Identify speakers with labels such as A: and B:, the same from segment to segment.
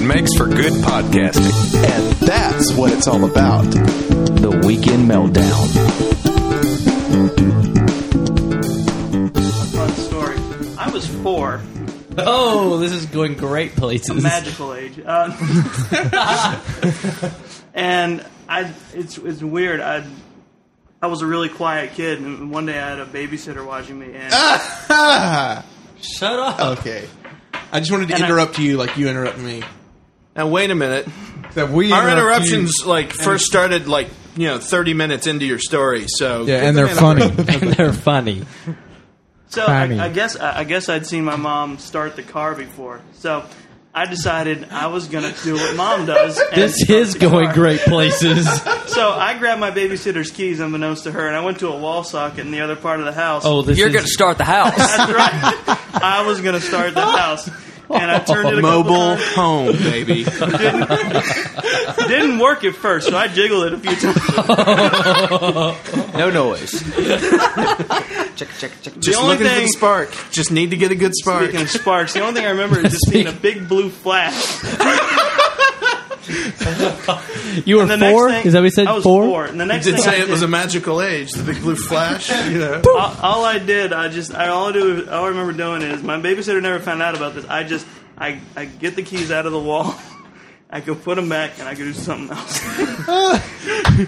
A: good podcasting.
B: And that's what it's all about.
C: The Weekend Meltdown.
D: Fun story. I was four,
E: Oh, this is going great places.
D: magical age, uh, and I. It's it's weird. I I was a really quiet kid, and one day I had a babysitter watching me, and
E: Shut up.
F: Ah! Okay. I just wanted to
D: And I-
F: interrupt you like you interrupt me.
G: Now wait a minute.
F: That we
G: Our
H: interrupt you.
G: interruptions like first started like you know thirty minutes into your story, so
H: Yeah, and they're funny.
E: and they're funny.
D: So
H: Timing.
D: I, I guess I, I guess I'd seen my mom start the car before, so I decided I was gonna do what mom does. and
E: This
D: start
E: is
D: the
E: going
D: car.
E: great places.
D: So I grabbed my babysitter's keys, unbeknownst to her, and I went to a wall socket in the other part of the house.
E: Oh, this
I: You're
E: is
I: going to start the house.
D: that's right. I was gonna start the house, and I turned it a couple
G: mobile
D: times.
G: home, baby.
D: Didn't work at first, so I jiggled it a few times.
C: No noise.
I: Check, check, check.
G: Just
D: only
G: looking for
D: thing-
G: the spark. Just need to get a good spark.
D: Speaking of sparks, the only thing I remember is just seeing a big blue flash.
E: You were
D: And the next
E: four?
D: thing-
E: Is that what you said?
D: I was And the
G: You
D: next
G: did
D: thing I
G: say it
D: did-
G: was a magical age, the big blue flash. You know,
D: all, all I did, I just, I, all I do, all I remember doing is my babysitter never found out about this. I just, I, I get the keys out of the wall, I go put them back, and I go do something else.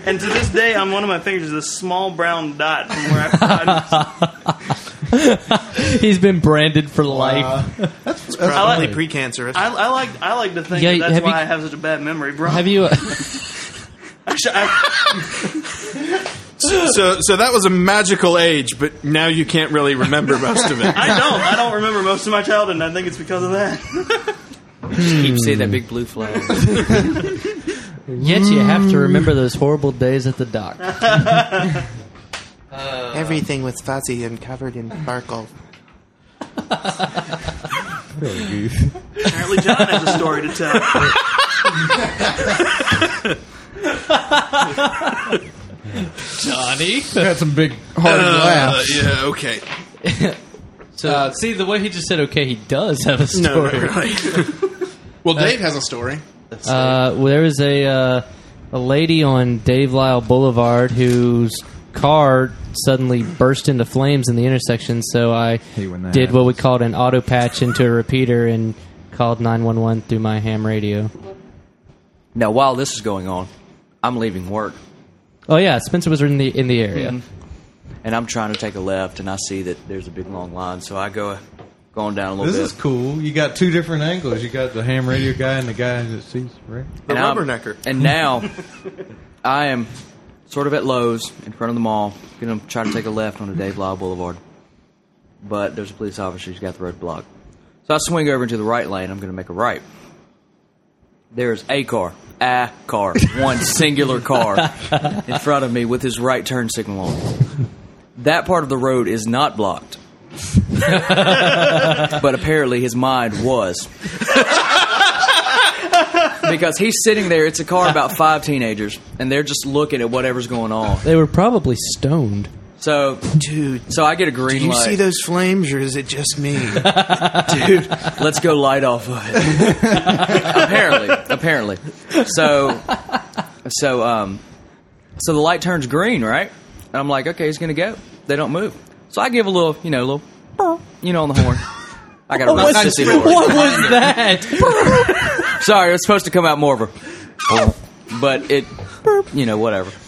D: and to this day, on one of my fingers, is a small brown dot from where I.
E: He's been branded for life.
G: probably precancerous.
D: I, I like, I like to think
E: Yeah, have
D: that that's why
E: you-
D: I have such a bad memory, bro.
E: Have you?
D: Actually, I,
G: so, so that was a magical age, but now you can't really remember most of it.
D: I don't, I don't remember most of my childhood, and I think it's because of that.
I: Keep seeing that big blue flag.
E: Yet you have to remember those horrible days at the dock.
B: Everything was fuzzy and covered in sparkle.
D: Apparently, John has a story to tell.
E: Johnny.
H: had some big hard
G: Uh,
H: laughs.
G: yeah, okay.
E: So, see the way he just said, "Okay, he does have a
G: No, not
E: story."
G: really.
F: Well, Dave has a story.
E: Uh, well, there was a uh, a lady on Dave Lyle Boulevard whose car suddenly burst into flames in the intersection. So I did
H: Hate when that
E: what we called an auto patch into a repeater and called nine one one through my ham radio.
I: Now, while this is going on, I'm leaving work
E: Oh yeah, Spencer was in the in the area.
I: and I'm trying to take a left, and I see that there's a big long line, so I go go on down a little
H: This
I: bit.
H: is cool. You got two different angles. You got the ham radio guy and the guy that sees, right?
G: The
I: And I'm-
G: rubbernecker.
I: And now I am sort of at Lowe's in front of the mall, going to try to take a left onto Dave Law Boulevard. But there's a police officer who's got the road blocked. So I swing over into the right lane. I'm going to make a right. There's a car, a car, one singular car in front of me with his right turn signal on. That part of the road is not blocked. but apparently his mind was because he's sitting there. It's a car about five teenagers, and they're just looking at whatever's going on.
E: They were probably stoned.
I: So,
B: Dude,
I: so I get a green
B: do you
I: light.
B: see those flames, or is it just me?
I: dude? Let's go light off of it. apparently, apparently. So, so, um, so the light turns green, right? And I'm like, okay, he's gonna go. They don't move. So I give a little, you know, a little, burr, you know, on the horn. I got a real sissy horn.
E: What was that?
I: Sorry, it was supposed to come out more of a, but it, you know, whatever.
F: It-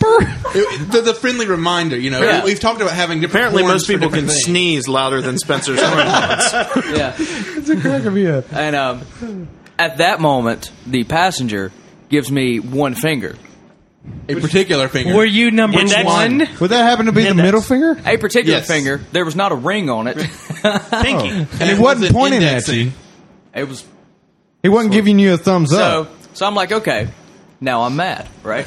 F: the, the friendly reminder, you know,
I: Yeah.
F: we've talked about having different
G: Apparently,
F: horns
G: most
F: for
G: people can
F: different things.
G: sneeze louder than Spencer's horn.
I: Yeah.
H: That could be a
I: And um, at that moment, the passenger gives me one finger,
F: a particular finger.
E: Were you number
D: Index.
E: one?
H: Would that happen to be the
D: Index.
H: middle finger?
I: a particular
F: Yes.
I: finger. There was not a ring on it.
D: Pinky.
H: And
F: it
H: he wasn't
F: wasn't
H: pointing at
F: indexing.
H: you.
I: It was
H: He wasn't giving you a thumbs
I: so.
H: up.
I: So I'm like, okay, now I'm mad, right?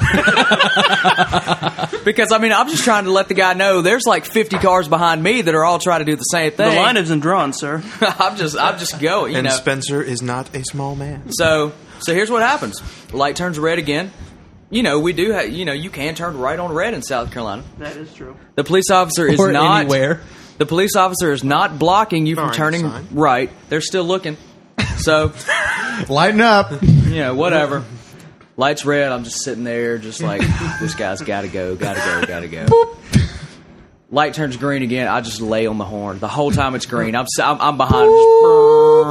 I: because I mean, I'm just trying to let the guy know there's like 50 cars behind me that are all trying to do the same
D: The
I: thing.
D: line isn't drawn, sir.
I: I'm just, I'm just going. You
G: and
I: know.
G: Spencer is
B: is not a small man.
I: So, so here's what happens: light turns red again. You know, we do. Ha- you know, you can turn right on red in South Carolina.
D: That is true.
I: The police officer is
E: Or
I: not
E: anywhere.
I: The police officer is not blocking you from
B: Darn
I: turning
B: son.
I: right. They're still looking. So
H: Lighten up.
I: you know, whatever. Lights red. I'm just sitting there, just like this guy's got to go, got to go, got to go. Light turns green again. I just lay on the horn the whole time it's green. I'm s- I'm, I'm behind.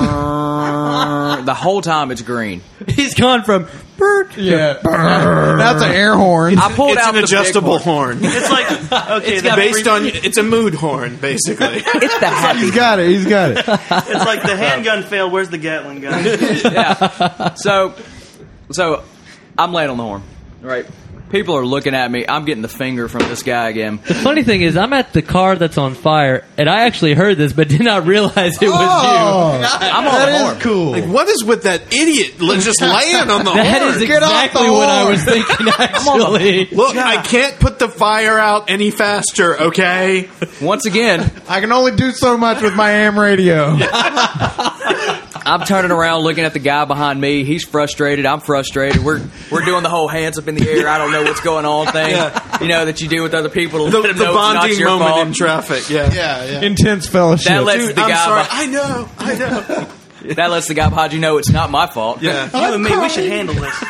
I: him, just the whole time it's green.
E: He's gone from
H: Yeah.
F: That's an air horn.
I: I pulled
B: it's
I: out
B: an
I: the big
B: adjustable
I: horn.
B: horn.
D: It's like okay, the
I: got
D: base-
B: Based on it's a mood horn, basically.
I: It's the happy.
H: He's got it. He's got it.
D: it's like the handgun failed. Where's the Gatling gun?
I: So, so I'm laying on the horn. Right. People are looking at me. I'm getting the finger from this guy again.
E: The funny thing is, I'm at the car that's on fire, and I actually heard this, but did not realize it was
H: Oh,
I: I'm on the horn.
H: that is cool.
B: Like, what is with that idiot li- just laying on the
E: you. That
B: horn?
E: is
H: Get off the
E: exactly what I
H: horn.
E: was thinking. Actually,
B: Look, I can't put the fire out any faster, okay?
I: Once again,
H: I can only do so much with my ham radio.
I: I'm turning around, looking at the guy behind me. He's frustrated. I'm frustrated. We're we're doing the whole hands up in the air. I don't know what's going on thing. You know that you do with other people. To
B: The,
I: let them
B: the
I: know it's
B: bonding
I: not your
B: moment
I: fault.
B: in traffic, yeah.
F: Yeah, yeah.
H: Intense fellowship.
I: That lets
B: Dude,
I: the
B: I'm
I: guy
B: sorry. I know, I know.
I: beh- that lets the guy behind you know it's not my fault.
B: Yeah.
D: you and me, we should handle this.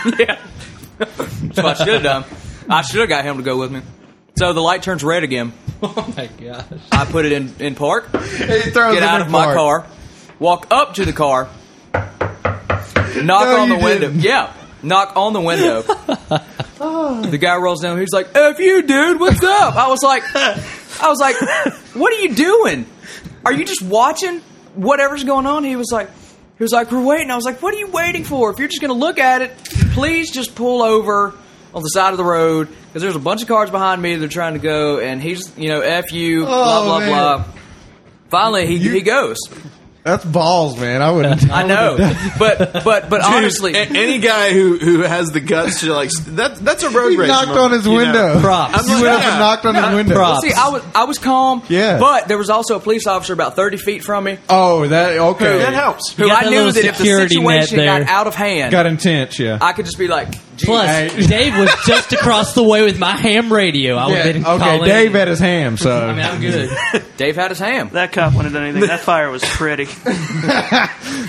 I: That's what I should have done. I should have got him to go with me. So the light turns red again.
E: oh my gosh.
I: I put it in in park.
H: He throws
I: get
H: it
I: out
H: in
I: of my
H: park.
I: car, walk up to the car, knock
H: No,
I: on the
H: you
I: window.
H: didn't.
I: Yeah, knock on the window. the guy rolls down. He's like, "F you, dude. What's up?" I was like, "I was like, what are you doing? Are you just watching whatever's going on?" He was like. He was like, "We're waiting." I was like, "What are you waiting for? If you're just going to look at it, please just pull over on the side of the road because there's a bunch of cars behind me. They're trying to go, and he's, you know, f you, blah
H: Oh,
I: blah
H: man.
I: blah." Finally, he, he goes.
H: That's balls, man. I wouldn't.
I: I know, but but but honestly,
B: Dude, a- any guy who, who has the guts to like s- that that's a road
H: He
B: race.
H: knocked
B: moment,
H: on his
B: you know?
H: window.
E: Props.
H: You went up and knocked on his window.
E: props.
I: see, I was I was calm.
H: Yeah.
I: but there was also a police officer about thirty feet from me
H: Oh, that okay.
B: That helps.
I: who
E: got
I: I
E: that
I: knew
E: little
I: that if the
E: security net
I: situation got
E: there.
I: out of hand,
H: Oh. Got intense. Yeah.
I: I could just be like, "Gee,
E: Plus,
H: Hey.
E: Dave was just across the way with my ham radio. I would
H: Yeah,
E: have been
H: okay.
E: calling.
H: Dave had his ham. So
E: I mean, I'm good.
I: Dave had his ham.
D: That cop wouldn't have done anything. That fire was pretty.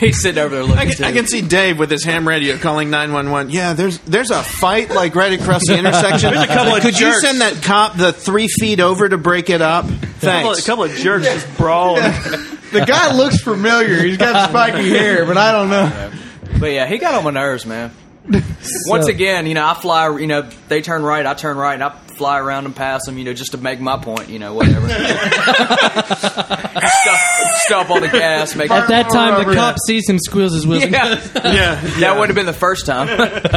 I: He's sitting over there looking.
B: I can, I can see Dave with his ham radio calling 911. Yeah, there's there's a fight like right across the intersection.
D: There's a couple of
B: Could you
D: jerks.
B: send that cop the three feet over to break it up?
D: A couple, of,
B: Thanks.
D: couple of jerks just brawling.
H: the guy looks familiar. He's got spiky hair, but I don't know.
I: But yeah, he got on my nerves, man. Once again, you know, I fly. You know, they turn right, I turn right, and I fly around and pass them. You know, just to make my point. You know, whatever. stop, stop on the gas. Make
E: At that time, the cop sees him, squeals his wheels. and
I: Yeah.
B: yeah.
I: That would have been the first time.
H: Right, right.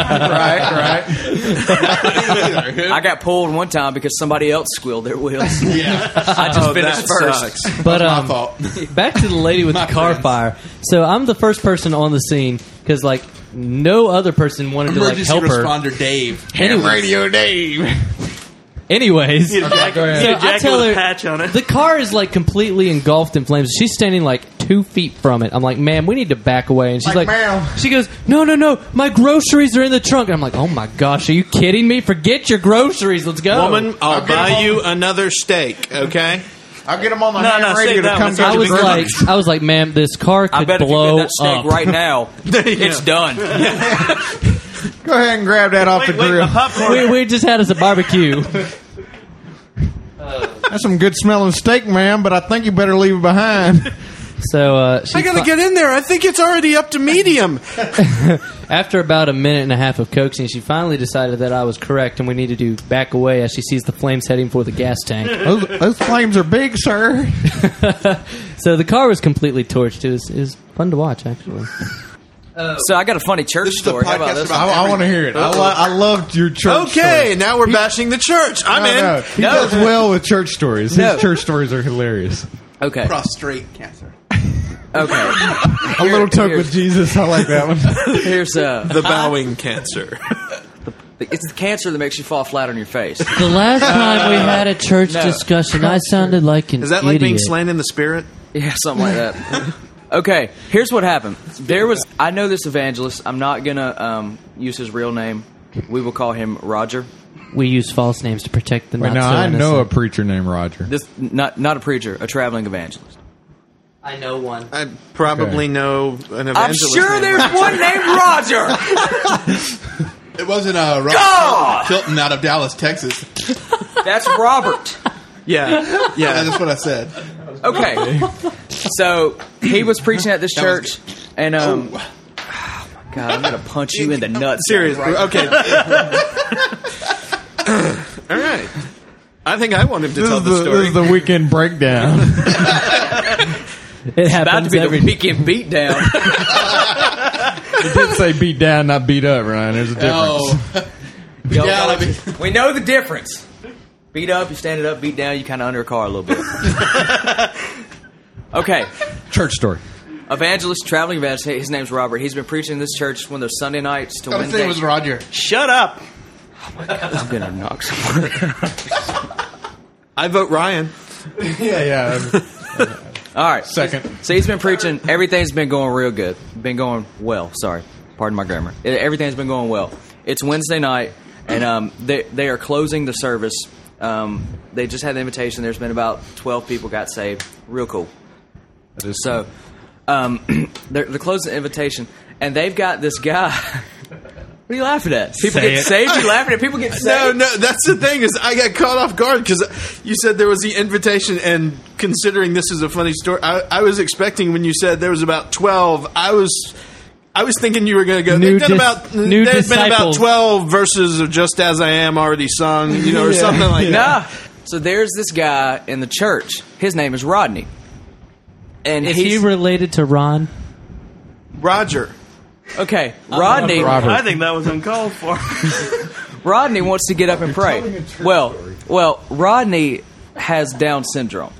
I: I got pulled one time because somebody else squealed their wheels. Yeah. I just finished first.
B: sucks.
E: But um,
F: fault.
E: back to the lady with the car fire. So I'm the first person on the scene because like no other person wanted
F: Emergency
E: to like help her.
F: responder Dave.
E: Anyways.
F: radio Dave.
E: Anyways,
D: Need a jacket,
H: go ahead.
D: need a
E: So I
D: jacket
E: tell
D: with a
E: her-
D: patch on it.
E: the car is like completely engulfed in flames. She's standing like two feet from it. I'm like, ma'am, we need to back away. And she's like,
H: Like, "Ma'am."
E: she goes, no, no, no, my groceries are in the trunk. And I'm like, oh my gosh, are you kidding me? Forget your groceries. Let's go,
B: Woman, I'll
H: I'll get
B: buy
H: him
B: you another steak, okay?
H: I'll get him on my
D: No,
H: ham
D: no,
H: radio
D: save
H: to
D: that
H: come
D: one. Such
E: I
H: get
D: a
E: was
D: big
E: like, I was like, ma'am, this car
I: I
E: could
I: bet if you
E: blow
I: did that snake
E: up.
I: right now, it's done.
H: Go ahead and grab that off
D: Wait,
H: the
D: wait,
H: grill.
D: my popcorn.
E: we, we just had us a barbecue.
H: That's some good smelling steak, ma'am, but I think you better leave it behind.
E: So uh, she
B: I gotta
E: fi-
B: get in there. I think it's already up to medium.
E: After about a minute and a half of coaxing, she finally decided that I was correct and we needed to back away as she sees the flames heading for the gas tank.
H: Those, those flames are big, sir.
E: so the car was completely torched. It was, it was fun to watch, actually.
I: So I got a funny church
F: This is the
I: story. How about
F: podcast
I: this?
F: about-
H: I, I want to hear it. I, lo- I loved your church.
B: Okay,
H: stories.
B: now we're bashing the church. I'm
H: No,
B: in.
H: no, He
I: No.
H: does well with church stories. His
I: No.
H: church stories are hilarious.
I: Okay.
F: Prostrate cancer.
I: Okay.
H: A little toke
I: here's-
H: with Jesus. I like that one.
I: Here's uh,
B: The bowing cancer.
I: it's the cancer that makes you fall flat on your face.
E: The last time we had a church
I: No.
E: discussion, I sounded like an
B: Is that like being
E: idiot.
B: slain in the spirit?
I: Yeah, something like that. okay, here's what happened. There was I know this evangelist. I'm not gonna um, use his real name. We will call him Roger.
E: We use false names to protect the
H: Wait,
E: not
H: now
E: so
H: I know a
E: innocent.
H: preacher named Roger.
I: This not not a preacher, a traveling evangelist.
E: I know one.
B: I probably
H: Okay.
B: know an evangelist.
I: I'm sure
B: named-
I: there's one named Roger.
F: It wasn't uh, Rob
I: God!
F: Hilton out of Dallas, Texas.
I: Ah, That's Robert.
B: Yeah,
F: Yeah,
B: yeah.
F: that's what I said.
I: Okay. So he was preaching at this church, and um, oh. my god, I'm gonna punch you in the nuts.
B: Seriously. Okay. All right. I think I want him to
H: This
B: tell
H: is,
B: the,
H: the, this
B: story.
H: is the weekend breakdown.
E: It
I: About to
E: happens
I: be
E: every
I: the weekend beatdown.
H: it did say beat down, not beat up, Ryan. There's a difference.
F: yeah, I mean,
I: we know the difference. Beat up, you stand it up. Beat down, you kind of under a car a little bit. okay,
H: Church story.
I: evangelist, traveling evangelist. His name's Robert. He's been preaching in this church one of those Sunday nights to
F: I was saying
I: Wednesday.
F: it was Roger.
D: Shut up.
I: I'm gonna knock someone.
B: I vote Ryan.
H: Yeah, yeah.
I: All right.
H: Second.
I: So he's been preaching. Everything's been going real good. Been going well. Sorry, pardon my grammar. Eh, Everything's been going well. It's Wednesday night, and um, they they are closing the service. Um, they just had the invitation. There's been about twelve people got saved. Real cool. So um, they're, they're closing the invitation, and they've got this guy. what are you laughing at? People
H: Say
I: get
H: it.
I: saved. You laughing at people get
B: No,
I: saved?
B: no, that's the thing is I got caught off guard because you said there was the invitation, and considering this is a funny story, I, I was expecting when you said there was about twelve, I was. I was thinking you were going to go.
E: New
B: They've done
E: dis-
B: about
E: new
B: there's been about
E: disciples.
B: twelve verses of "Just as I Am" already sung, you know, or something like that.
I: Nah. So there's this guy in the church. His name is Rodney. And
E: Is
I: he's
E: he related to Ron?
B: Roger,
I: okay. Rodney
D: I think that was uncalled for.
I: Rodney wants to get up and pray. Well, well, Rodney has Down syndrome.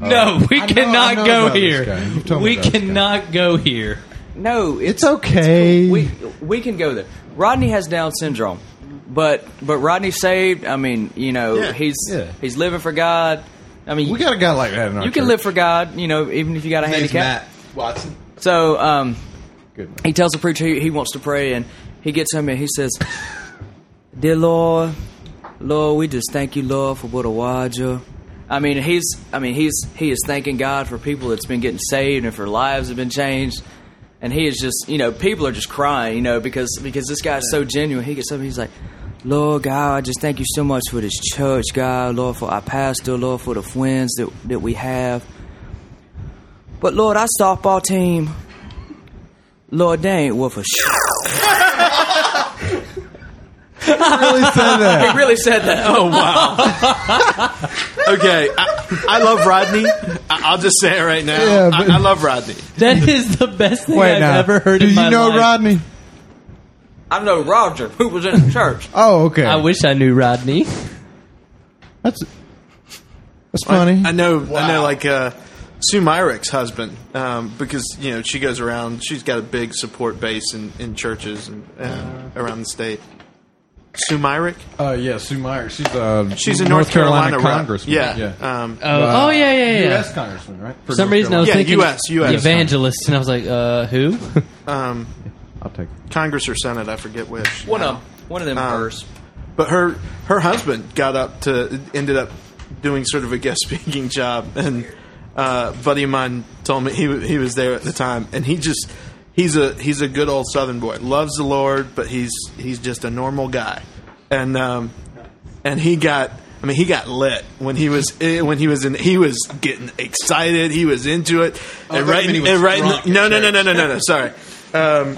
E: No, we
H: I know- I
E: cannot
H: know
E: go
H: about this guy.
E: here.
H: You've told me
E: We
H: about this guy.
E: cannot go here.
I: No, it's,
H: It's okay.
I: we we can go there. Rodney has Down syndrome, but but Rodney's saved. I mean, you know, he's
H: yeah.
I: he's living for God. I mean,
H: We got a guy like that in our
I: you can
H: church.
I: live for God. You know, even if you got a
F: His name's
I: handicap.
F: Matt Watson.
I: So um,
H: Good man.
I: he tells the preacher he, he wants to pray, and he gets him and he says, "Dear Lord, Lord, we just thank you, Lord, for what a wager." I mean, he's I mean he's he is thanking God for people that's been getting saved and for lives have been changed, and he is just you know people are just crying you know because because this guy's so genuine. He gets up, and he's like. Lord God, I just thank you so much for this church, God, Lord, for our pastor, Lord, for the friends that, that we have. But Lord, our softball team, Lord, they ain't worth a shit.
H: really said that.
I: He really said that. Oh,
B: okay, I, I love Rodney. I, I'll just say it right now.
H: Yeah, but-
B: I, I love Rodney.
E: That is the best thing
H: Wait
E: I've
H: now.
E: ever heard
H: Do
E: in
H: you
E: my
H: know
E: life.
H: Rodney?
I: I know Roger, who was in the church.
H: Oh, okay.
E: I wish I knew Rodney.
H: That's that's funny.
B: I, I know. I know. Like uh, Sue Myrick's husband, um, because you know she goes around. She's got a big support base in, in churches and uh, around the state. Sue Myrick.
H: uh, yeah, Sue Meyer. She's a
B: She's a North, Carolina, rep.
H: congressman.
B: Yeah.
H: yeah.
B: Um,
E: oh yeah, yeah, yeah.
H: U.S. congressman, right?
E: For some reason, I was
B: Yeah,
E: thinking
B: US, US.
E: evangelist, and I was like, uh, who?
B: um,
E: uh,
H: I'll take.
B: Congress or Senate, I forget which.
I: One of them. One of them
B: Um,
I: hers.
B: But her her husband got up to ended up doing sort of a guest speaking job, and uh, a buddy of mine told me he wa- he was there at the time, and he just he's a he's a good old Southern boy, loves the Lord, but he's he's just a normal guy, and um, and he got. I mean, he got lit when he was eh, when he was in. He was getting excited. He was into it. and
F: that
B: right,
F: meant he was
B: and right,
F: drunk
B: no,
F: at
B: no, no, no, no, no, no. Sorry. Um,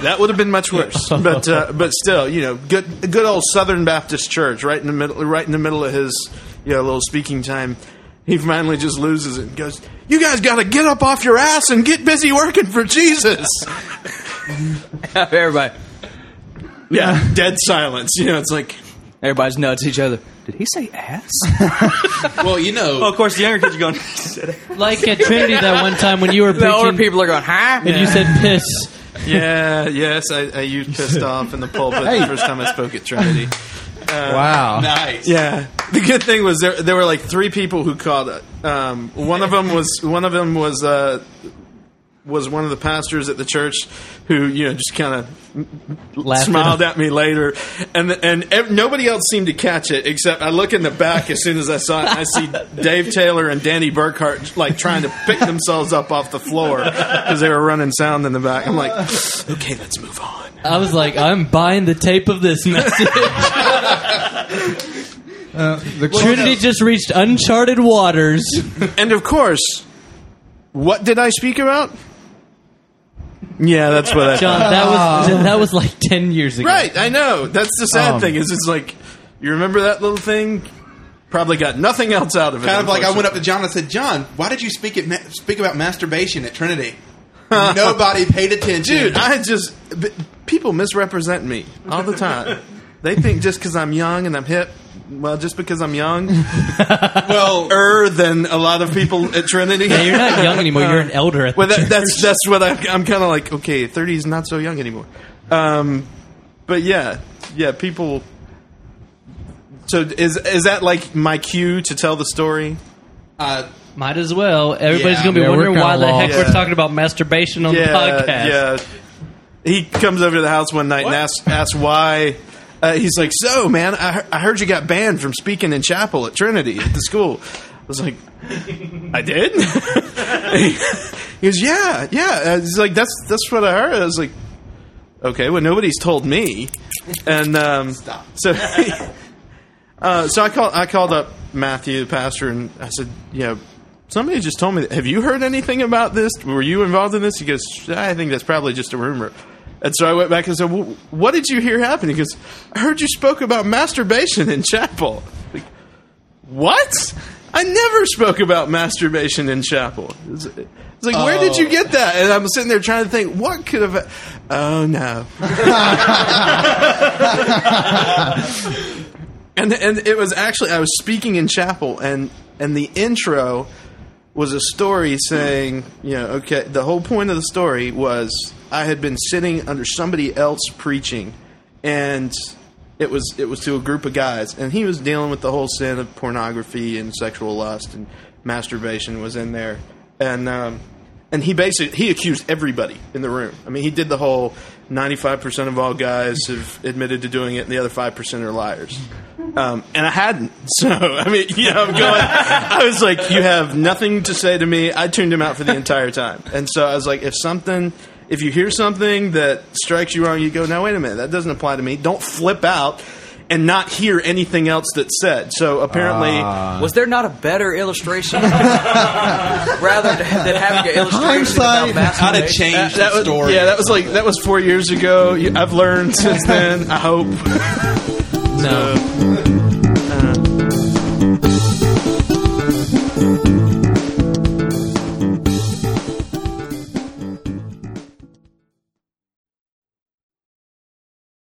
B: that would have been much worse. But uh, but still, you know, good good old Southern Baptist Church, right in the middle, right in the middle of his you know little speaking time, he finally just loses it and goes, "You guys got to get up off your ass and get busy working for Jesus."
I: Everybody,
B: yeah, dead silence. You know, it's like
I: everybody's nuts at each other. Did he say ass?
F: Well, you know,
D: Well, of course, the younger kids are going. "Sit down."
E: like at Trinity that one time when you were
I: the older
E: preaching
I: people are going, huh?
E: and you said piss.
B: yeah, yes, I, I used pissed off in the pulpit the first time I spoke at Trinity.
H: wow.
F: nice.
B: Yeah. The good thing was there there were like three people who called it. Um, one of them was one of them was uh, was one of the pastors at the church who you know just kind of
E: Laughed
B: smiled
E: at
B: at me later, and and ev- nobody else seemed to catch it except I look in the back as soon as I saw it. And I see Dave Taylor and Danny Burkhart like trying to pick themselves up off the floor because they were running sound in the back. I'm like, okay, let's move on.
E: I was like, I'm buying the tape of this message.
H: Uh, the
E: Trinity just reached uncharted waters.
B: And of course, what did I speak about? Yeah, that's what I
E: John, Uh, that was
H: Ah.
E: that was like ten years ago.
B: Right, I know. That's the sad
H: Um,
B: thing is it's like you remember that little thing? Probably got nothing else out of it.
F: Kind of like I went up to John and said, "John, why did you speak at ma- speak about masturbation at Trinity?" Nobody paid attention.
B: Dude, I just b- people misrepresent me all the time. they think just cuz I'm young and I'm hip, well just because I'm young,
F: well,
B: er than a lot of people at Trinity. Uh,
E: Yeah, you're not young anymore. You're an elder at
B: Well,
E: the
B: that,
E: church.
B: that's that's what I'm, I'm kind of like. Okay, 30 is not so young anymore. Um, but yeah, yeah, people. So is is that like my cue to tell the story?
F: uh,
E: Might as well. Everybody's
F: Yeah,
E: gonna be
H: yeah, we're
E: wondering
H: kinda
E: why the heck
H: lost.
E: we're
B: Yeah.
E: talking about masturbation on
B: yeah,
E: the podcast.
B: yeah. He comes over to the house one night and asks asks why. Uh, he's like, "So, man, I, he- I heard you got banned from speaking in chapel at Trinity at the school." I was like, "I did." he goes, "Yeah, yeah." Uh, He's like, "That's that's what I heard." I was like, "Okay, well, nobody's told me." And um,
F: Stop.
B: So, uh, so I called I called up Matthew, the pastor, and I said, "Yeah, somebody just told me. That, Have you heard anything about this? Were you involved in this?" He goes, "I think that's probably just a rumor." And so I went back and said, well, "What did you hear happen?" He goes, "I heard you spoke about masturbation in chapel." Like, what? I never spoke about masturbation in chapel. It's it's like, where did you get that? And I'm sitting there trying to think, what could have? Oh no. and and it was actually I was speaking in chapel and and the intro was a story saying you know okay the whole point of the story was I had been sitting under somebody else preaching and it was it was to a group of guys and he was dealing with the whole sin of pornography and sexual lust and masturbation was in there and um and he basically he accused everybody in the room. I mean, he did the whole ninety-five percent of all guys have admitted to doing it, and the other five percent are liars. Um, and I hadn't, so I mean, you know, I'm going. I was like, you have nothing to say to me. I tuned him out for the entire time, and so I was like, if something, if you hear something that strikes you wrong, you go, no, wait a minute, that doesn't apply to me. Don't flip out and not hear anything else that's said. So apparently.
I: Was there not a better illustration rather than than having an illustration
H: Hindsight.
I: about
F: I'd have
I: masturbation?
F: changed
B: that
F: the
B: was,
F: story.
B: Yeah, that was like that was four years ago. You- I've learned since then. I hope.
E: No.